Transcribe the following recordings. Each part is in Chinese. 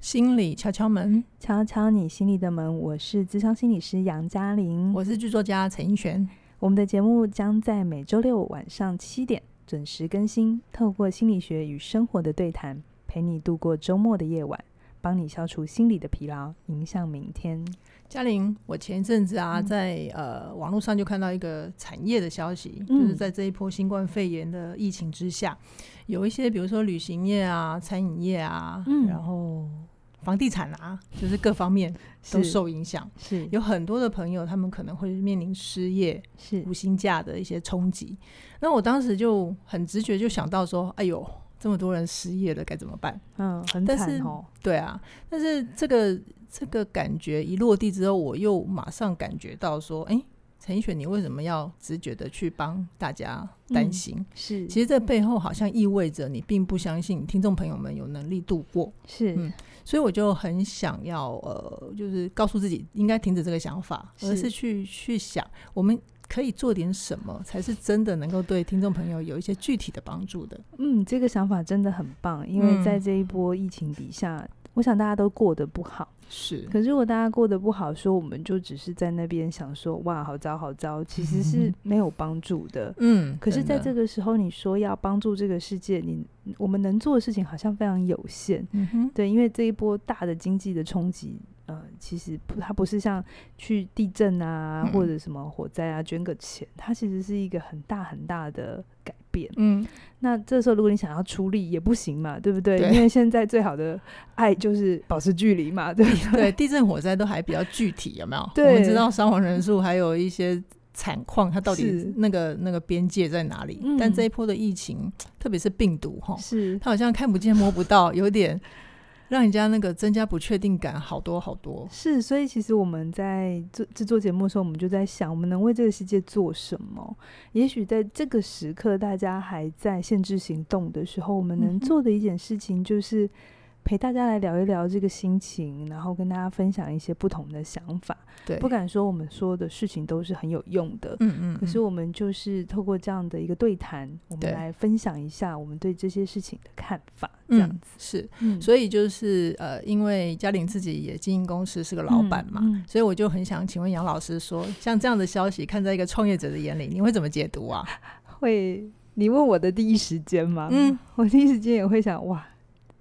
心理敲敲门，敲敲你心里的门，我是智商心理师杨嘉玲。我是剧作家陈奕璇。我们的节目将在每周六晚上七点准时更新，透过心理学与生活的对谈，陪你度过周末的夜晚，帮你消除心理的疲劳，迎向明天。嘉玲，我前一阵子啊，嗯在呃网络上就看到一个产业的消息，嗯就是在这一波新冠肺炎的疫情之下，有一些比如说旅行业啊、餐饮业啊，嗯然后房地产啊，就是各方面都是受影响。是有很多的朋友，他们可能会面临失业、是无薪假的一些冲击。那我当时就很直觉就想到说，哎呦，这么多人失业了，该怎么办？嗯，很但惨是哦。对啊，但是这个这个感觉一落地之后，我又马上感觉到说，哎、陈奕迅，你为什么要直觉的去帮大家嗯担心？是其实这背后好像意味着你并不相信听众朋友们有能力度过，是、嗯所以我就很想要呃，就是告诉自己应该停止这个想法，是而是去去想我们可以做点什么，才是真的能够对听众朋友有一些具体的帮助的。嗯，这个想法真的很棒，因为嗯在这一波疫情底下，我想大家都过得不好。是，可是如果大家过得不好，说我们就只是在那边想说哇好糟好糟，其 实是没有帮助的。嗯，可是，在这真的，个时候，你说要帮助这个世界，你我们能做的事情好像非常有限。嗯哼，对，因为这一波大的经济的冲击，呃，其实不，它不是像去地震啊、嗯或者什么火灾啊捐个钱，它其实是一个很大很大的改变。嗯，那这时候如果你想要出力也不行嘛，对不对？对因为现在最好的爱就是保持距离嘛，对不对？对，地震火灾都还比较具体，有没有？对我们知道伤亡人数，还有一些惨况，它到是底那个那个边界在哪里？嗯但这一波的疫情，特别是病毒哈， 是，它好像看不见摸不到，有点让人家那个增加不确定感好多好多。是，所以其实我们在做制作节目的时候，我们就在想，我们能为这个世界做什么？也许在这个时刻，大家还在限制行动的时候，我们能嗯哼做的一件事情就是陪大家来聊一聊这个心情，然后跟大家分享一些不同的想法。对，不敢说我们说的事情都是很有用的，嗯，嗯嗯，可是我们就是透过这样的一个对谈，我们对来分享一下我们对这些事情的看法，这样嗯子。是，嗯所以就是呃，因为嘉玲自己也经营公司，是个老板嘛。嗯嗯所以我就很想请问杨老师说，像这样的消息，看在一个创业者的眼里，你会怎么解读啊？会，你问我的第一时间吗？嗯，我第一时间也会想，哇，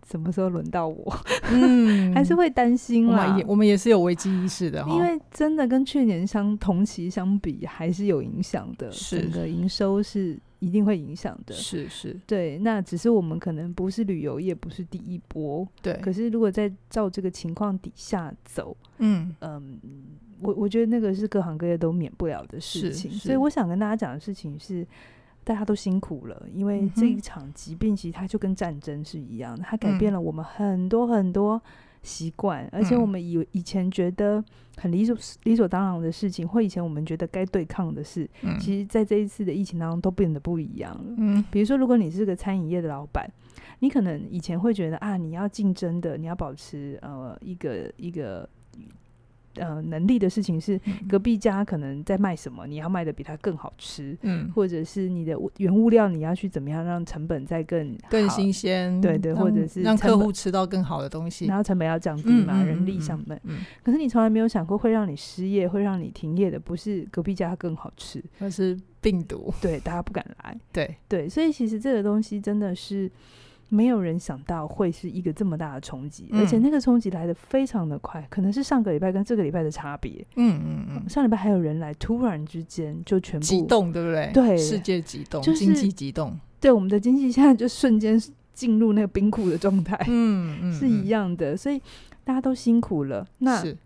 什么时候轮到我？嗯 还是会担心我啦们也，我们也是有危机意识的哈，因为真的跟去年相同期相比，还是有影响的，是整个营收是一定会影响的。是是，对，那只是我们可能不是旅游业，不是第一波。对，可是如果在照这个情况底下走，嗯嗯，我我觉得那个是各行各业都免不了的事是情，是所以我想跟大家讲的事情是，大家都辛苦了，因为嗯哼这一场疾病其实它就跟战争是一样的，它改嗯变了我们很多很多习惯，而且嗯我们以为以前觉得很理所理所当然的事情，或以前我们觉得该对抗的事，嗯其实在这一次的疫情当中都变得不一样了。嗯比如说，如果你是个餐饮业的老板，你可能以前会觉得啊，你要竞争的，你要保持呃一个一个呃能力的事情是嗯隔壁家可能在卖什么，你要卖的比它更好吃，嗯，或者是你的物原物料你要去怎么样让成本再更更好新，鲜，对对让或者是让成客本户吃到更好的东西然，后成本要降低嗯嘛，嗯人嗯力嗯成本。嗯，可是你从来没有想过会让你失业，会让你停业的，不是隔壁家更好吃，那是病毒，对，大家不敢来。对，对，所以其实这个东西真的是没有人想到会是一个这么大的冲击，而且嗯那个冲击来的非常的快，可能是上个礼拜跟这个礼拜的差别。嗯嗯嗯，上礼拜还有人来，突然之间就全激部动，对不对？对世界激动，就经是济激动，对我们的经济现在就瞬间进入那个冰库的状态，嗯嗯，是一样。样的，所以大家都辛苦了。那是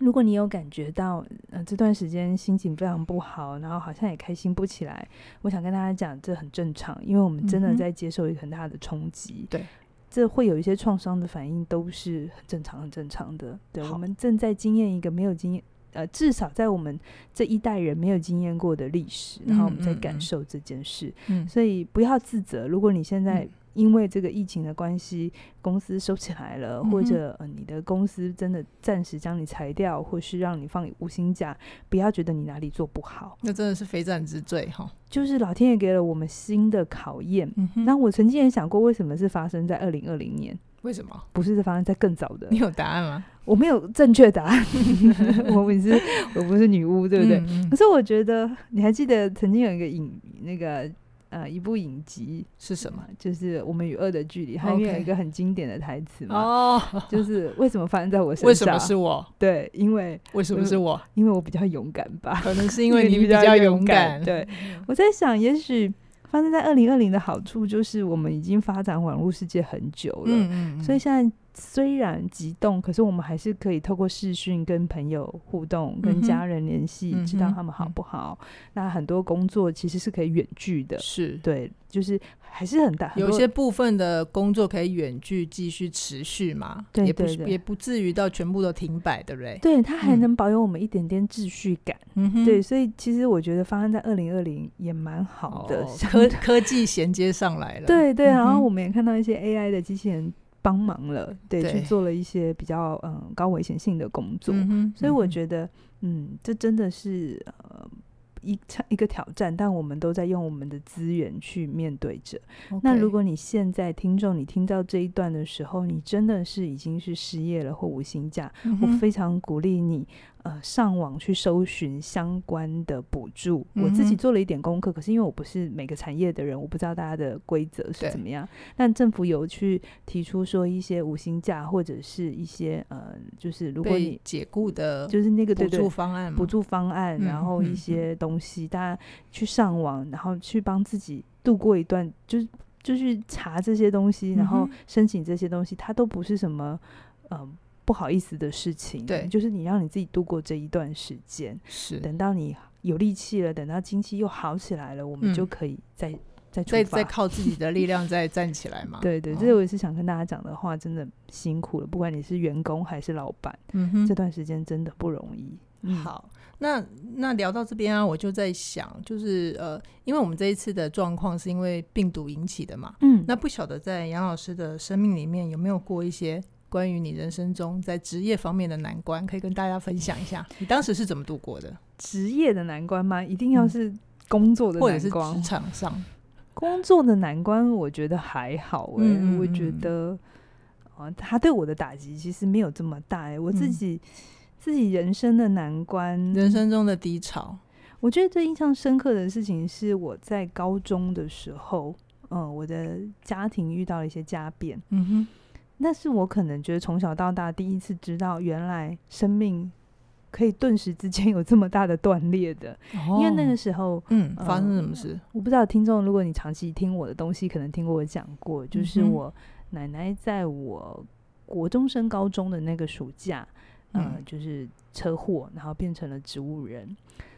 如果你有感觉到，呃，这段时间心情非常不好，然后好像也开心不起来，我想跟大家讲，这很正常，因为我们真嗯的哼在接受一个很大的冲击、对，这会有一些创伤的反应，都是很正常、很正常的。对，好我们正在经验一个没有经验，呃，至少在我们这一代人没有经验过的历史，然后我们在嗯嗯感嗯受这件事。嗯所以不要自责。如果你现在嗯因为这个疫情的关系，公司收起来了，或嗯哼者、呃、你的公司真的暂时将你裁掉，或是让你放无薪假，不要觉得你哪里做不好，那真的是非战之罪哈。就是老天爷给了我们新的考验。嗯哼那我曾经也想过，为什么是发生在二零二零年？为什么？不是这方案，在更早的你。有答案吗？我没有正确答案， 我不是我不是女巫，对不对？嗯嗯可是我觉得，你还记得曾经有一个影那个呃一部影集是什么？？就是《我们与恶的距离》，它里面有 OK 一个很经典的台词嘛哦，就是为什么发生在我身上？为什么是啊我？对，因为为什么是我？因为我比较勇敢吧。可能是 因为你你比比较较勇勇敢敢。对，我在想，也许发生在二零二零的好处就是我们已经发展网络世界很久了，嗯嗯，所以现在虽然激动，可是我们还是可以透过视讯跟朋友互动，跟嗯哼家人联系，嗯哼知道他们好不好。那很多工作其实是可以远距的，是对，就是还是很大。很有多些部分的工作可以远距继续持续嘛，对也不对是对也不至于到全部都停摆，对不对？对它还嗯能保有我们一点点秩序感，嗯哼对，所以其实我觉得方案在二零二零也蛮好的，哦相 科科技衔接上来了，，对对，然嗯后哼我们也看到一些 AI 的机器人帮忙了，对，去对做了一些比较嗯高危险性的工作，嗯哼，所以我得觉得，嗯，这真的是呃一一个挑战，但我们都在用我们的资源去面对着。那如果你现在听众你听到这一段的时候，你真的是已经是失业了或无薪假，嗯我非常鼓励你呃上网去搜寻相关的补助。我自己嗯哼做了一点功课，可是因为我不是每个产业的人，我不知道大家的规则是对怎么样。但政府有去提出说一些无薪假或者是一些呃，就是如果你被。解雇的就是那个对补对助方案嘛，补助方案，嗯然后一嗯些东西，大家去上网，然后去帮自己度过一段，就是就去查这些东西，然后嗯哼申请这些东西，它都不是什么，嗯、不好意思的事情，对就是你让你自己度过这一段时间，是等到你有力气了，等到经济又好起来了，我们嗯就可以再、再出再发再靠自己的力量再站起来嘛， 对对，哦这我也是想跟大家讲的话，真的辛苦了，不管你是员工还是老板，嗯哼这段时间真的不容易。嗯，好，那那聊到这边啊，我就在想，就是呃，因为我们这一次的状况是因为病毒引起的嘛，嗯，那不晓得在杨老师的生命里面有没有过一些关于你人生中在职业方面的难关，可以跟大家分享一下，你当时是怎么度过的，职业的难关吗？一定要嗯是工作的或者难是关？职场上，工作的难关，我觉得还好诶、嗯嗯我觉嗯得，啊，他对我的打击其实没有这么大诶、我自嗯己、自己人生的难关，人生中的低潮，我觉得最印象深刻的事情是我在高中的时候，嗯，我的家庭遇到了一些家变，嗯那是我可能觉得从小到大第一次知道，原来生命可以顿时之间有这么大的断裂的，哼，因为那个哦时候。嗯呃发生什么事？我不知道听众，如果你长期听我的东西，可能听过我讲过，就是嗯哼我奶奶在我国中升高中的那个暑假，呃，嗯就是车祸，然后变成了植物人，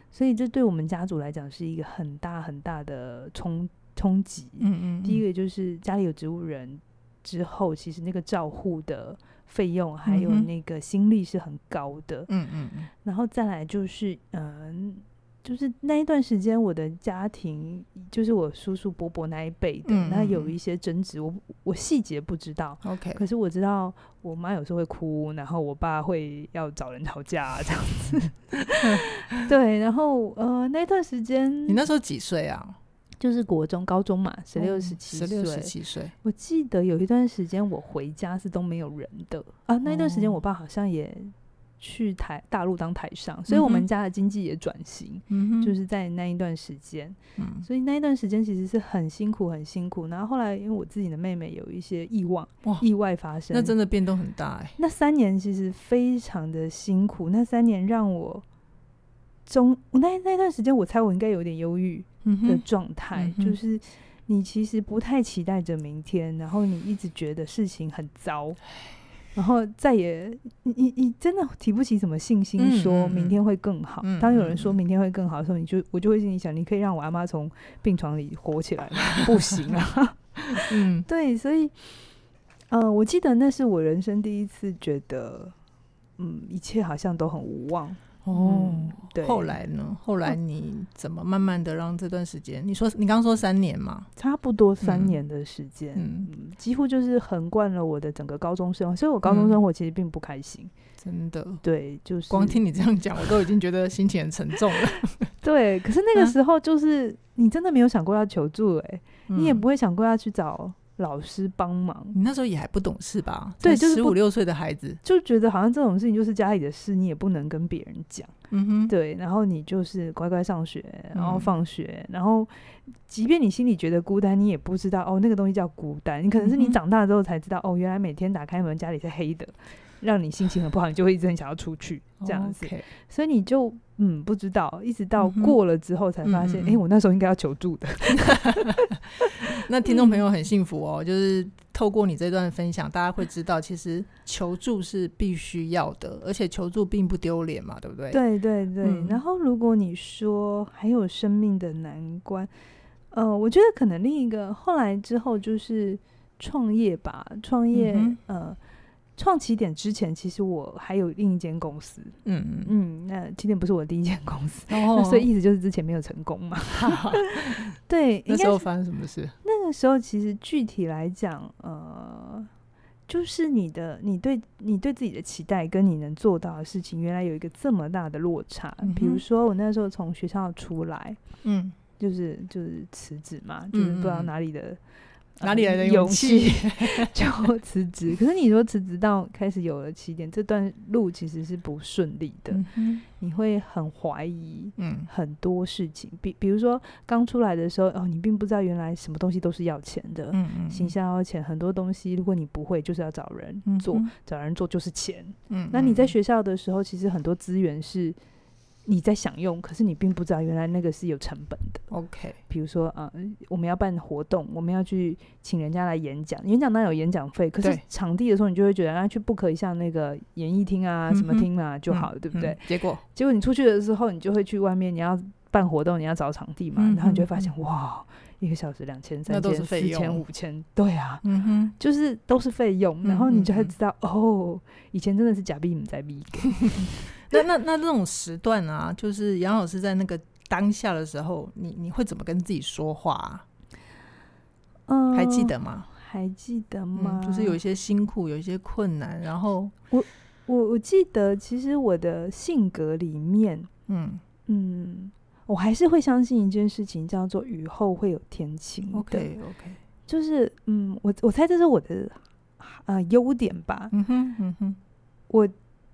所以这对我们家族来讲是一个很大很大的冲冲击。嗯嗯，第一个个就是家里有植物人之后，其实那个照护的费用还有嗯哼那个心力是很高的，嗯嗯嗯然后再来就是，嗯，就是那一段时间，我的家庭就是我叔叔伯伯那一辈的，嗯那嗯有嗯一些争执，我我细节不知道， ，OK，可是我知道我妈有时候会哭，然后我爸会要找人吵架啊这样 子。对，然后呃，那段时间你那时候几岁啊？就是国中、高中嘛，十六、十七十六、十岁。七岁，我记得有一段时间我回家是都没有人的啊，那一段时间哦我爸好像也去台大陆当台商，所以我嗯们哼家的经济也转型，嗯哼，就是在那一段时间，嗯，所以那一段时间其实是很辛苦很辛苦。然后后来因为我自己的妹妹有一些意外哇意外发生，那真的变动很大哎，那三年其实非常的辛苦，那三年让我。中我那那段时间，我猜我应该有点忧郁，嗯的哼，状态嗯，哼就是你其实不太期待着明天，然后你一直觉得事情很糟，然后再也你你你真的提不起什么信心，嗯说嗯明嗯天会更好。嗯当有嗯人说嗯明天会更好的时候，你就我就会心里想，你可以让我阿妈从病床里活起来吗？不行啊， 嗯对，所以呃，我记得那是我人生第一次觉得。嗯，一切好像都很无望。哦嗯。对，后来呢？后哦来你怎么慢慢的让这段时间？你说你刚刚说三年嘛？差不多三嗯年的时间，嗯，嗯，几乎就是横贯了我的整个高中生活，所以我高中嗯生活其实并不开心。真的，对，就是光听你这样讲，我都已经觉得心情很沉重 了。对，可是那个啊时候就是、你真的没有想过要求助、欸，哎、你也嗯不会想过要去找老师帮忙，你那时候也还不懂事吧？对就是十不五六岁的孩子，就觉得好像这种事情就是家里的事，你也不能跟别人讲。嗯哼，对，然后你就是乖乖上学，然嗯后放学，然后即便你心里觉得孤单，你也不知道哦，那个东西叫孤单。你可能是你嗯哼长大之后才知道，哦，原来每天打开门家里是黑的，让你心情很不好，你就会一直很想要出去这样子。哦 OK 所以你就嗯不知道，一直到嗯哼过了之后才发现，嗯嗯嗯诶，我那时候应该要求助的。那听众朋嗯友很幸福哦，就是透过你这段分享，大家会知道，其实求助是必须要的，而且求助并不丢脸嘛，对不对？，对对对。嗯然后如果你说还有生命的难关，呃，我觉得可能另一个后来之后就是创业吧，创业、嗯呃。创起点之前，其实我还有另一间公司，嗯嗯，嗯，那起点不是我第一间公司，然那后 所以意思就是之前没有成 功嘛。对，应那该时是候发生什么事？那个时候其实具体来讲，呃，就是你的你对你对自己的期待跟你能做到的事情，原来有一个这么大的落差。嗯比如哼说我那时候从学校出来，嗯，就是就是辞职嘛，就是不知道嗯嗯嗯哪里的。呃哪里来的勇勇气？ 就辞 职？可是你说辞职到开始有了起点，这段路其实是不顺利的，嗯哼你会很怀疑，嗯很多事情，比比如说刚出来的时候，哦，你并不知道原来什么东西都是要钱的，嗯嗯，行销要钱，很多东西如果你不会，就是要找人嗯做，嗯找人做就是钱。嗯，那你在嗯学校的时候，其实很多资源是你在享用，可是你并不知道原来那个是有成本的。 OK，比如说，呃，我们要办活动，我们要去请人家来演讲，演讲当然有演讲费，可是对场地的时候，你就会觉得啊，去 book 一下那个演艺厅啊，什么嗯哼厅啊就好了，嗯对不对？嗯？结果结果你出去的时候，你就会去外面，你要办活动，你要找场地嘛，嗯然后你就嗯会发现，哇，一个小时两千、那三都千、是四费用千、五千，对啊，嗯哼，就是都是费用，嗯然后你就会嗯嗯知道，哦，以前真的是假币唔在币，那那那这种时段啊，就是杨老师在那个当下的时候，你你会怎么跟自己说话、啊？嗯还记，得吗？还记得吗？嗯，就是有一些辛苦，有一些困难，然后我我记得，其实我的性格里面，嗯嗯，我还是会相信一件事情，叫做雨后会有天晴的。 ，OK OK，就是嗯，我我猜这是我的呃优点吧，嗯哼嗯哼，我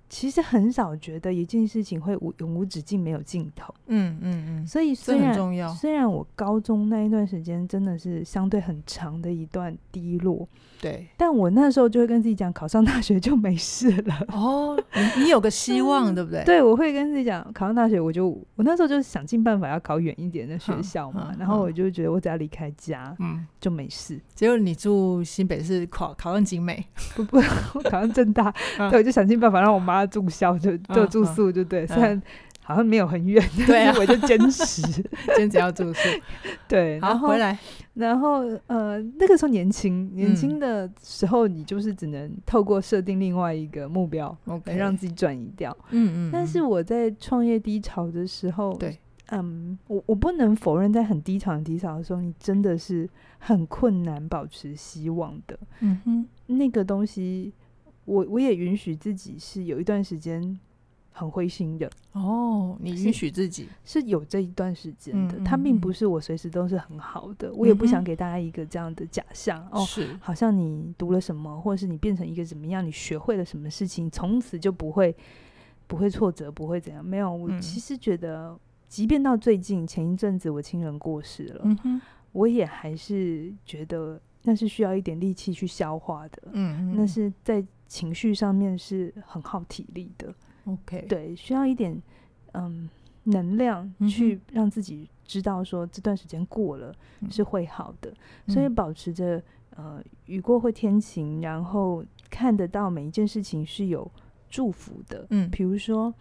其实很少觉得一件事情会无永无止境、没有尽头。嗯嗯嗯，所以虽这很然重要，虽然我高中那一段时间真的是相对很长的一段低落，对。但我那时候就会跟自己讲，考上大学就没事 了。哦，你你有个希望，嗯对不对？对，我会跟自己讲，考上大学我就我那时候就想尽办法要考远一点的学嗯校嘛，嗯然后嗯我就觉得我只要离开家嗯，就没事，结果你住新北市，考考上景美， 不不，我考上正大，嗯对，我就想尽办法让我妈住校，就就嗯住嗯宿，就对，虽嗯然好像没有很远，对但啊是我就坚 持，坚持要住宿。对，好，然后回来，然后呃，那个时候年轻，年嗯轻的时候你就是只能透过设定另外一个目标来 OK，让自己转移掉。嗯嗯，但是嗯我在创业低潮的时候，对，嗯，我我不能否认，在很低潮、很低潮的时候，你真的是很困难保持希望的。嗯哼，那个东西，我我也允许自己是有一段时间很灰心的，哦，你是允许自己，是有这一段时间的。嗯嗯它并不嗯是我随时都是很好的，我也不嗯哼想给大家一个这样的假象哦。是，好像你读了什么，或者是你变成一个怎么样，你学会了什么事情，从此就不会不会挫折，不会怎样。没有，我嗯其实觉得，即便到最近前一阵子我亲人过世了，嗯哼，我也还是觉得那是需要一点力气去消化的，嗯，那嗯是在情绪上面是很耗体力的， OK，，对，需要一点嗯能量嗯哼去让自己知道说这段时间过了嗯是会好的。所以嗯保持着呃雨过会天晴，然后看得到每一件事情是有祝福的。嗯比如说，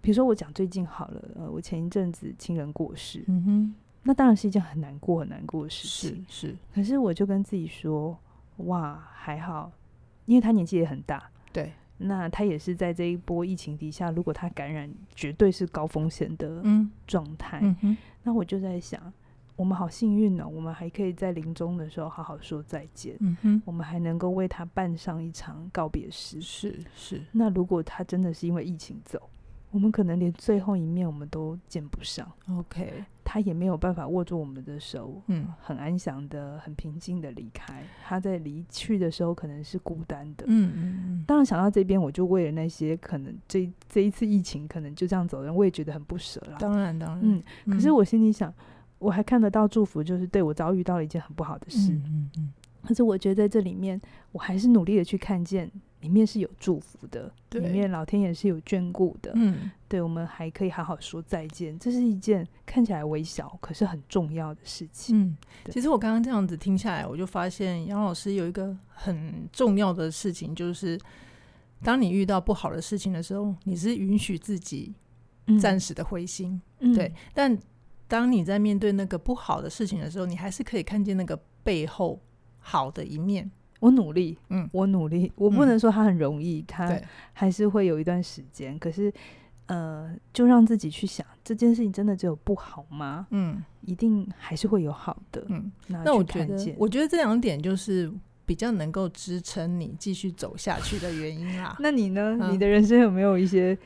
比如说我讲最近好了，呃，我前一阵子亲人过世，嗯哼，那当然是一件很难过、很难过的事是情。是，可是我就跟自己说，哇，还好，因为他年纪也很大。对，那他也是在这一波疫情底下，如果他感染，绝对是高风险的嗯状态。嗯哼，那我就在想，我们好幸运哦，我们还可以在临终的时候好好说再见，嗯哼，我们还能够为他办上一场告别式。是是，那如果他真的是因为疫情走，我们可能连最后一面我们都见不上， OK，他也没有办法握住我们的手，嗯，很安详的、很平静的离开。他在离去的时候可能是孤单的。嗯嗯当然，想到这边，我就为了那些可能这这一次疫情可能就这样走的人，我也觉得很不舍嗯，啦。当然当然，嗯，可是我心里想，我还看得到祝福，就是对我遭遇到了一件很不好的嗯事。嗯嗯，可是我觉得在这里面，我还是努力的去看见里面是有祝福的，对里面老天也是有眷顾的。嗯对我们还可以好好说再见，这是一件看起来微小，可是很重要的事情。嗯，对其实我刚刚这样子听下来，我就发现杨老师有一个很重要的事情，就是当你遇到不好的事情的时候，你是允许自己嗯暂时的灰心，嗯对，但当你在面对那个不好的事情的时候，你还是可以看见那个背后好的一面。我努力，嗯我努力，我不嗯能说它很容易，它对，还是会有一段时间。可是，呃，就让自己去想这件事情，真的只有不好吗？嗯一定还是会有好的。嗯。那那去我觉看得见，。我觉得这两点就是比较能够支撑你继续走下去的原因啦那你呢？嗯你的人生有没有一些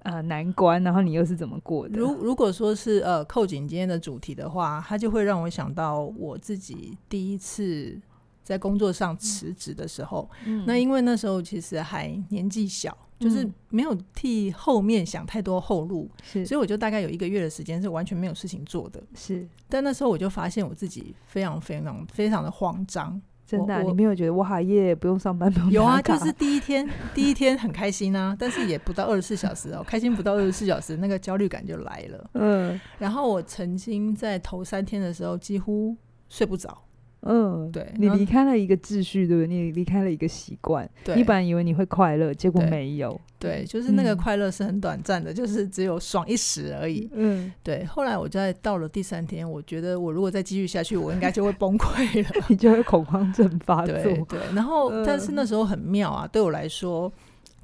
呃难关？然后你又是怎么过的？如如果说是呃扣紧今天的主题的话，它就会让我想到我自己第一次在工作上辞职的时候。嗯那因为那时候其实还年纪小，就是嗯没有替后面想太多后路，是所以我就大概有一个月的时间是完全没有事情做的。是但那时候我就发现我自己非常非常非常的慌张。真的啊、我我你没有觉得哇耶，不用上班，不用有啊，打就卡是第一天第一天很开心啊，但是也不到二十四小时哦，开心不到二十四小时，那个焦虑感就来了。嗯然后我曾经在头三天的时候几乎睡不着，嗯，对你然后离开了一个秩序，对不对？你离开了一个习惯，对，你本来以为你会快乐，结果对没有。对，就是那个嗯快乐是很短暂的，就是只有爽一时而已。嗯， 对，后来我在到了第三天，我觉得我如果再继续下去，我应该就会崩溃了。你就会恐慌症发作。对对，然后、嗯但是那时候很妙啊，对我来说，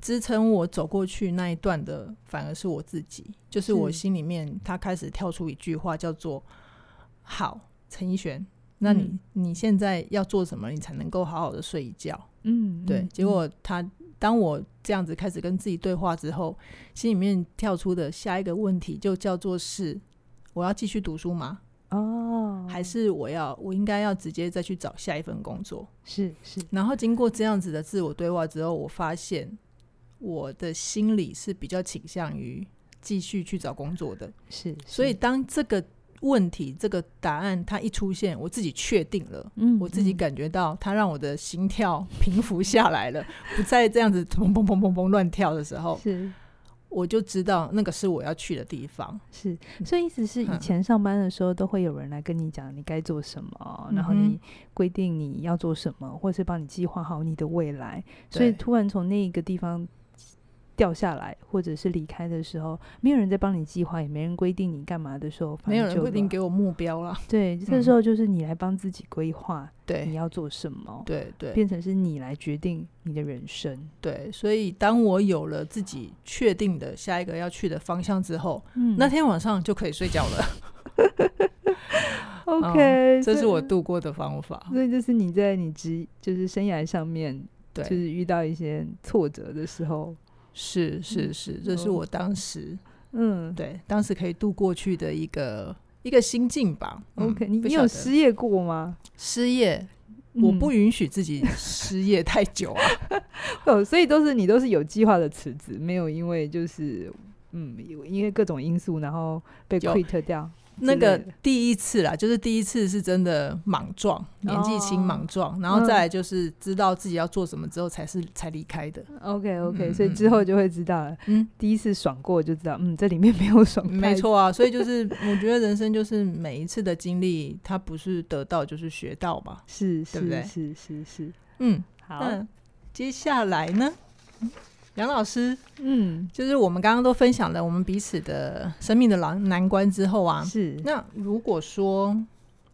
支撑我走过去那一段的反而是我自己，就是我是心里面他开始跳出一句话叫做“好，陈奕璇，那你、嗯你现在要做什么，你才能够好好的睡一觉嗯，？”对，嗯结果他当我这样子开始跟自己对话之后，心里面跳出的下一个问题就叫做是。我要继续读书吗？哦，还是我要我应该要直接再去找下一份工作？是是，然后经过这样子的自我对话之后，我发现我的心里是比较倾向于继续去找工作的。是，所以是当这个问题、这个答案它一出现，我自己确定了。嗯我自己嗯感觉到，它让我的心跳平复下来了， 不再这样子砰砰砰砰砰乱跳的时候，是我就知道那个是我要去的地方。是，所以意思是以嗯前上班的时候，都会有人来跟你讲你该做什么，然嗯后哼你规定你要做什么，或是帮你计划好你的未来。所以对突然从那个地方掉下来，或者是离开的时候，没有人在帮你计划，也没人规定你干嘛的时候，反没有而人就规定乱给我目标啦，对，这嗯时候就是你来帮自己规划你对要做什么，对对，变成是你来决定你的人生。对，所以当我有了自己确定的下一个要去的方向之后，嗯那天晚上就可以睡觉 了。嗯 OK，、这是我。度过的方法。所以这是你在你职就是生涯上面就对，是遇到一些挫折的时候，是是是，这是嗯我当时嗯对当时可以度过去的一个一个心境吧。嗯，OK，你不你晓有得失业过吗？失业，我嗯不允许自己失业太久 啊。哦，所以都是你都是有计划的辞职，没有因为就是嗯，有因为各种因素然后被有 quit 掉，那之个类的第一次啦，就是第一次是真的莽撞，年纪轻哦莽撞，然后嗯再来就是知道自己要做什么之后才是才离开的。 OK OK，、嗯所以之后就会知道了。嗯，第一次爽过就知道，嗯，这里面 没有爽，没，错 啊，所以就是我觉得人生就是每一次的经历，它不是得到就是学到吧。是对不对是是是是，嗯，好，那接下来呢，杨老师嗯，就是我们刚刚都分享了我们彼此的生命的难难关之后啊，是，那如果说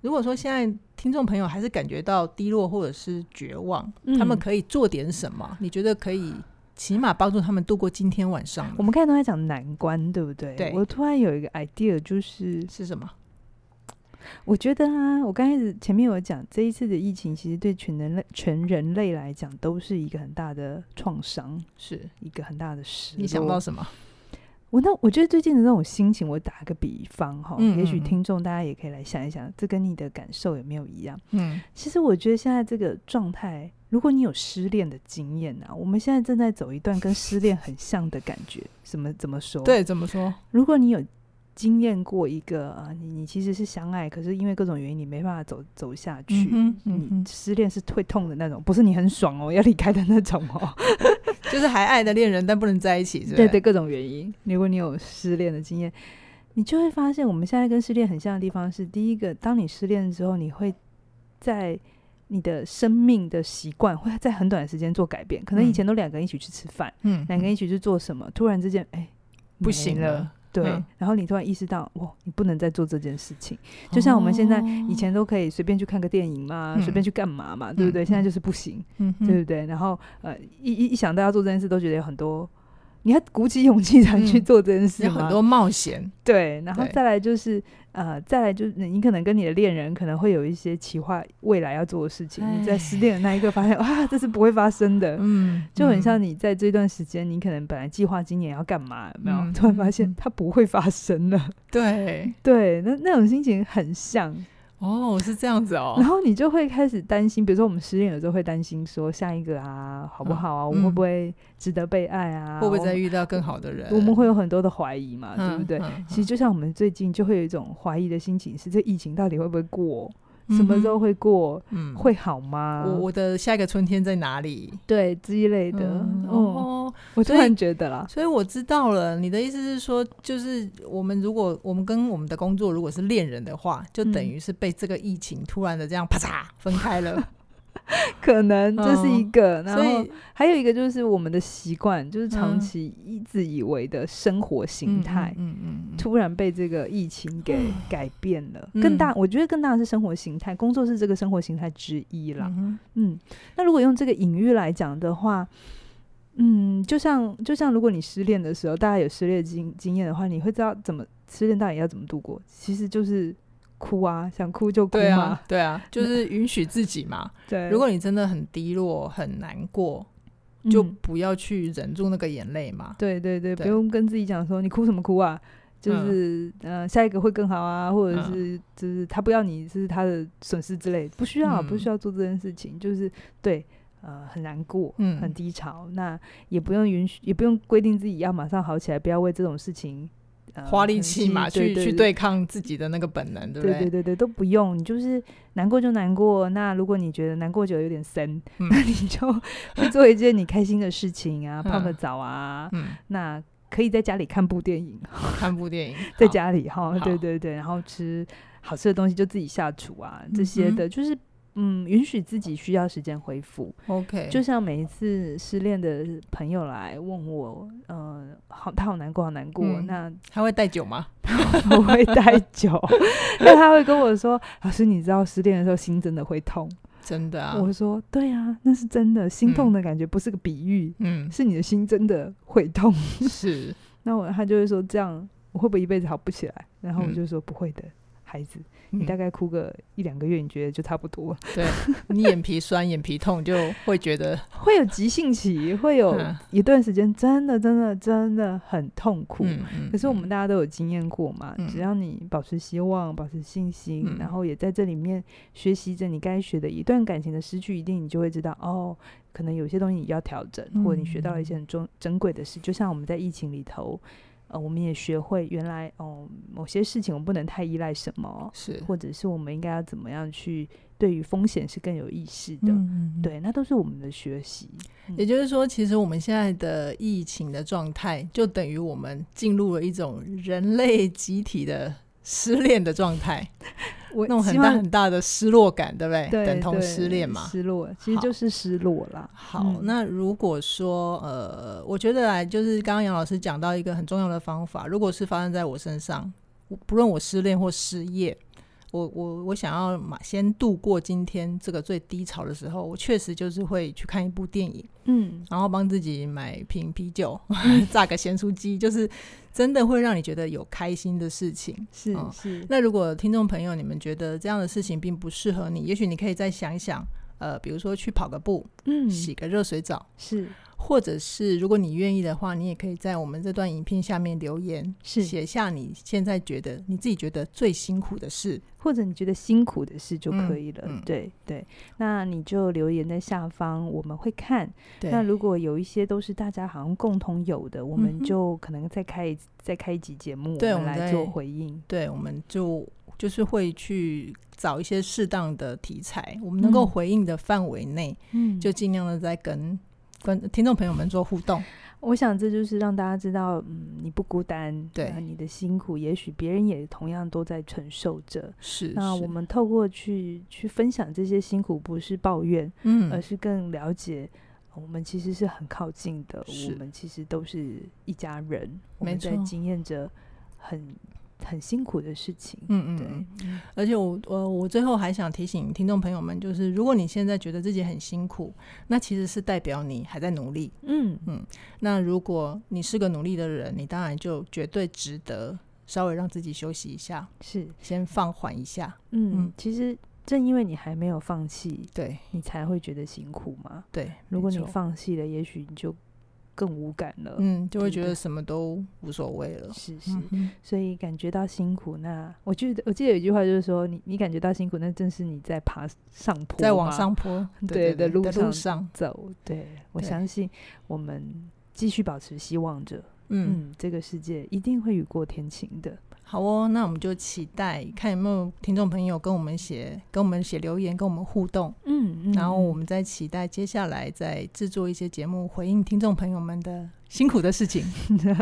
如果说现在听众朋友还是感觉到低落或者是绝望，他们嗯可以做点什么？你觉得可以起码帮助他们度过今天晚上呢我们刚才都在讲难关，对不对？对我突然有一个 idea，就是是什么？我觉得啊，我刚开始前面有讲，这一次的疫情其实对全人类全人类来讲都是一个很大的创伤，是一个很大的失落。你想到什么？我那我觉得最近的那种心情，我打个比方哈，嗯也许嗯嗯听众大家也可以来想一想，这跟你的感受有没有一样？嗯其实我觉得现在这个状态，如果你有失恋的经验啊，我们现在正在走一段跟失恋很像的感觉。什么怎么说？，对，怎么说？如果你有经验过一个啊，你你其实是相爱，可是因为各种原因你没办法走走下去。嗯哼嗯你哼，失恋是会痛的那种，不是你很爽哦要离开的那 种 哦。就是还爱的恋人，但不能在一起，是不对是对，各种原因。如果你有失恋的经验，你就会发现，我们现在哦跟失恋很像的地方是：第一个，当你失恋之后，你会在你的生命的习惯会在很短的时间做改变。可能以嗯前都两个人一起去吃饭，嗯，两个人一起去做什么，突然之间，哎、不行没了。了，对，嗯然后你突然意识到，哇，你不能再做这件事情。就像我们现哦在以前都可以随便去看个电影嘛，随、嗯便去干嘛嘛，对不对？嗯现在嗯就是不行。嗯哼，对不对？然后呃，一一一想到要做这件事，都觉得有很多，你要鼓起勇气才去嗯做这件事有嘛。很多冒险，对，然后对再来就是呃，再来就是你可能跟你的恋人可能会有一些企划未来要做的事情，你在失哎恋的那一刻发现，哇，这是不会发生的。嗯，就很像嗯你在这段时间，你可能本来计划今年要干嘛，有没有？嗯突然嗯发现嗯它不会发生了，对，对，那那种心情很像。哦，是这样子哦 然，后你就会开始担心，比如说我们失恋有时候会担心说下一个啊好不好啊，我嗯会不会值得被爱啊？会不会我再遇到更好的人？我们会有很多的怀疑嘛，对不嗯对？嗯其实就像我们最近就会有一种怀疑的心情，是这疫情到底会不会过？嗯什么时哼候会过？嗯，会好吗？我我的下一个春天在哪里？对这一类的，嗯哦，哦，我突所以然觉得啦，所以我知道了，你的意思是说，就是我们如果我们跟我们的工作如果是恋人的话，就等嗯于是被这个疫情突然的这样啪嚓分开了，可能这是一嗯个， 然所后以还有一个就是我们的习惯，就是长嗯期一直以为的生活形态，嗯嗯嗯嗯突然被这个疫情给改变了，更嗯大，我觉得更大的是生活形态，工作是这个生活形态之一啦嗯。哼嗯，那如果用这个隐喻来讲的话，嗯，就像就像如果你失恋的时候，大家有失恋经经验的话，你会知道怎么失恋到底要怎么度过，其实就是哭啊，想哭就哭对嘛啊，，对啊， 就是允许自己嘛。对，如果你真的很低落、很难过，嗯就不要去忍住那个眼泪嘛。对对对，不对用跟自己讲说你哭什么哭啊，就是、呃下一个会更好啊，或者嗯是、就是他不要你，这是他的损失之类的，不需要、嗯不需要做这件事情，就是对呃很难过，嗯很低潮，那也不用允许，也不用规定自己要马上好起来，不要为这种事情、呃、花力很气嘛，对去去对抗自己的那个本能，对不对对对？对对，都不用，你就是难过就难过。那如果你觉得难过久了有点深， 嗯那你就去做一件你开心的事情啊，泡个嗯澡啊，嗯，那可以在家里看部电影，看部电影，在好，家里哈， 对好对对，然后吃好吃的东西就自己下厨啊，这嗯些哼的，就是嗯，允许自己需要时间恢复。 OK，就像每一次失恋的朋友来问我，呃，好，他好难过，好难过，嗯那还会带酒吗？不会太 久，但他会跟我说，老师，你知道失恋的时候心真的会痛，真的啊，我说对啊，那是真的，心痛嗯的感觉不是个比喻，嗯，是你的心真的会痛。是，那我他就会说这样我会不会一辈子好不起来？然后我嗯就说不会的，孩子， 你嗯大概哭个一两个月，你觉得就差不多了。对嗯你眼皮酸、眼皮痛，就会觉得会有急性期，会有嗯一段时间真的真的真的很痛苦。嗯嗯可是我们嗯大家都有经验过嘛，嗯只要你保持希望、保持信心，嗯然后也在这里面学习着你该学的。一段感情的失去，一定你就会知道哦，可能有些东西你要调整，或者你学到嗯了一些很重珍贵的事。就像我们在疫情里头，呃，我们也学会原来哦，某些事情我们不能太依赖什么，是或者是我们应该要怎么样去对于风险是更有意识的。嗯，对，那都是我们的学习。也就是说，其实我们现在的疫情的状态，就等于我们进入了一种人类集体的失恋的状态，我那种很希大望很大的失落感，对不对？对等同对失恋嘛。失落其实好就是失落啦。好，嗯那如果说呃，我觉得来就是刚刚杨老师讲到一个很重要的方法，如果是发生在我身上，我不论我失恋或失业，我我我想要马先度过今天这个最低潮的时候，我确实就是会去看一部电影，嗯，然后帮自己买瓶啤酒， 榨个咸酥鸡，就是真的会让你觉得有开心的事情。是嗯是，那如果听众朋友你们觉得这样的事情并不适合你，也许你可以再想一想，呃，比如说去跑个步，嗯，洗个热水澡，是或者是如果你愿意的话，你也可以在我们这段影片下面留言，是，写下你现在觉得你自己觉得最辛苦的事。或者你觉得辛苦的事就可嗯以了。嗯对对，那你就留言在下方，我们会看。对，那如果有一些都是大家好像共同有的，我嗯们哼就可能再开一再开一集节目，对们我们来再做回应。对，我们就就是会去找一些适当的题材，我们能够嗯回应的范围内，嗯，就尽量的在跟跟听众朋友们做互动。我想这就是让大家知道，嗯，你不孤单，对啊你的辛苦，也许别人也同样都在承受着。是，那是我们透过去去分享这些辛苦，不是抱怨，而嗯，是更了解。呃我们其实是很靠近的，我是们其实都是一家人，我没们在错经验着很很辛苦的事情。嗯嗯对，嗯，而且我我我最后还想提醒听众朋友们，就是如果你现在觉得自己很辛苦，那其实是代表你还在努力。嗯，那如果你是个努力的人，你当然就绝对值得稍微让自己休息一下，是，先放缓一下。嗯嗯，其实正因为你还没有放弃，对你才会觉得辛苦嘛。对，如没果你错放弃了，也许你就更无感了。嗯，就会对觉对得什么都无所谓了。是是，嗯哼，所以感觉到辛苦，那我记得我记得有一句话就是说，你你感觉到辛苦，那正是你在爬上坡，在往上 坡，对对对的路的上路上，走。对我对相信我们继续保持希望着，嗯，嗯，这个世界一定会雨过天晴的。好哦，那我们就期待看有没有听众朋友跟我们写跟我们写留言，跟我们互动，嗯，然后嗯我们再期待接下来再制作一些节目回应听众朋友们的辛苦的事情。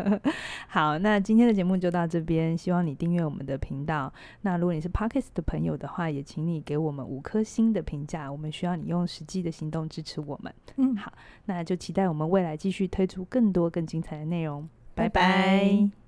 好，那今天的节目就到这边，希望你订阅我们的频道。那如果你是 Pockets 的朋友的话，也请你给我们五颗星的评价，我们需要你用实际的行动支持我们。嗯，好那就期待我们未来继续推出更多更精彩的内容，拜拜拜拜